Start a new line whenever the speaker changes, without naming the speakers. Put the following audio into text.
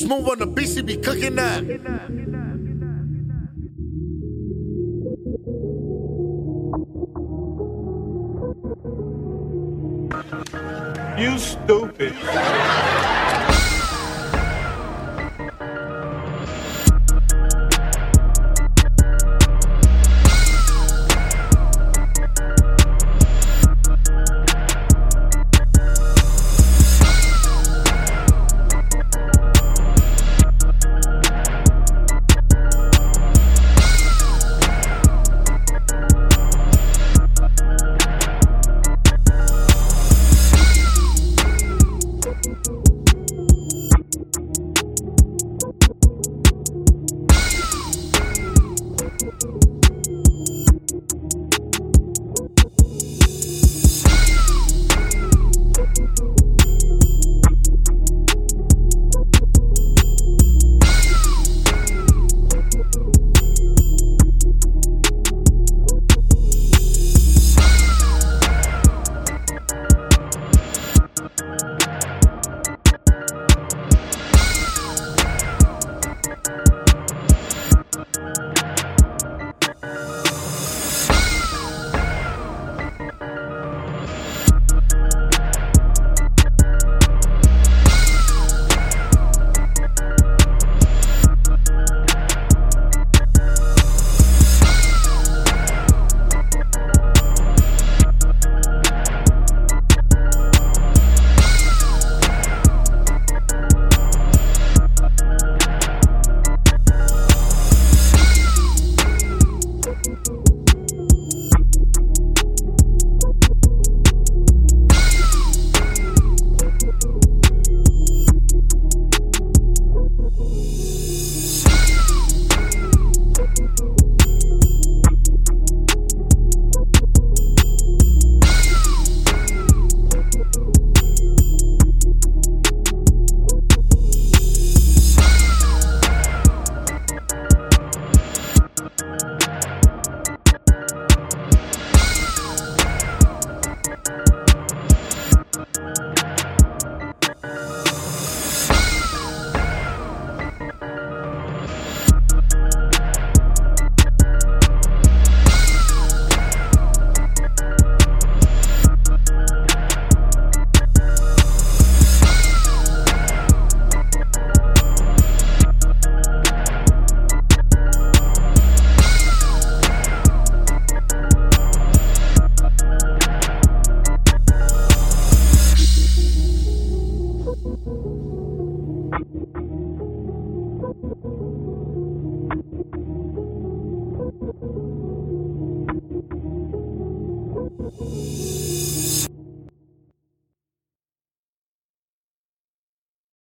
Smooth on the beats, he be cooking that.
You stupid.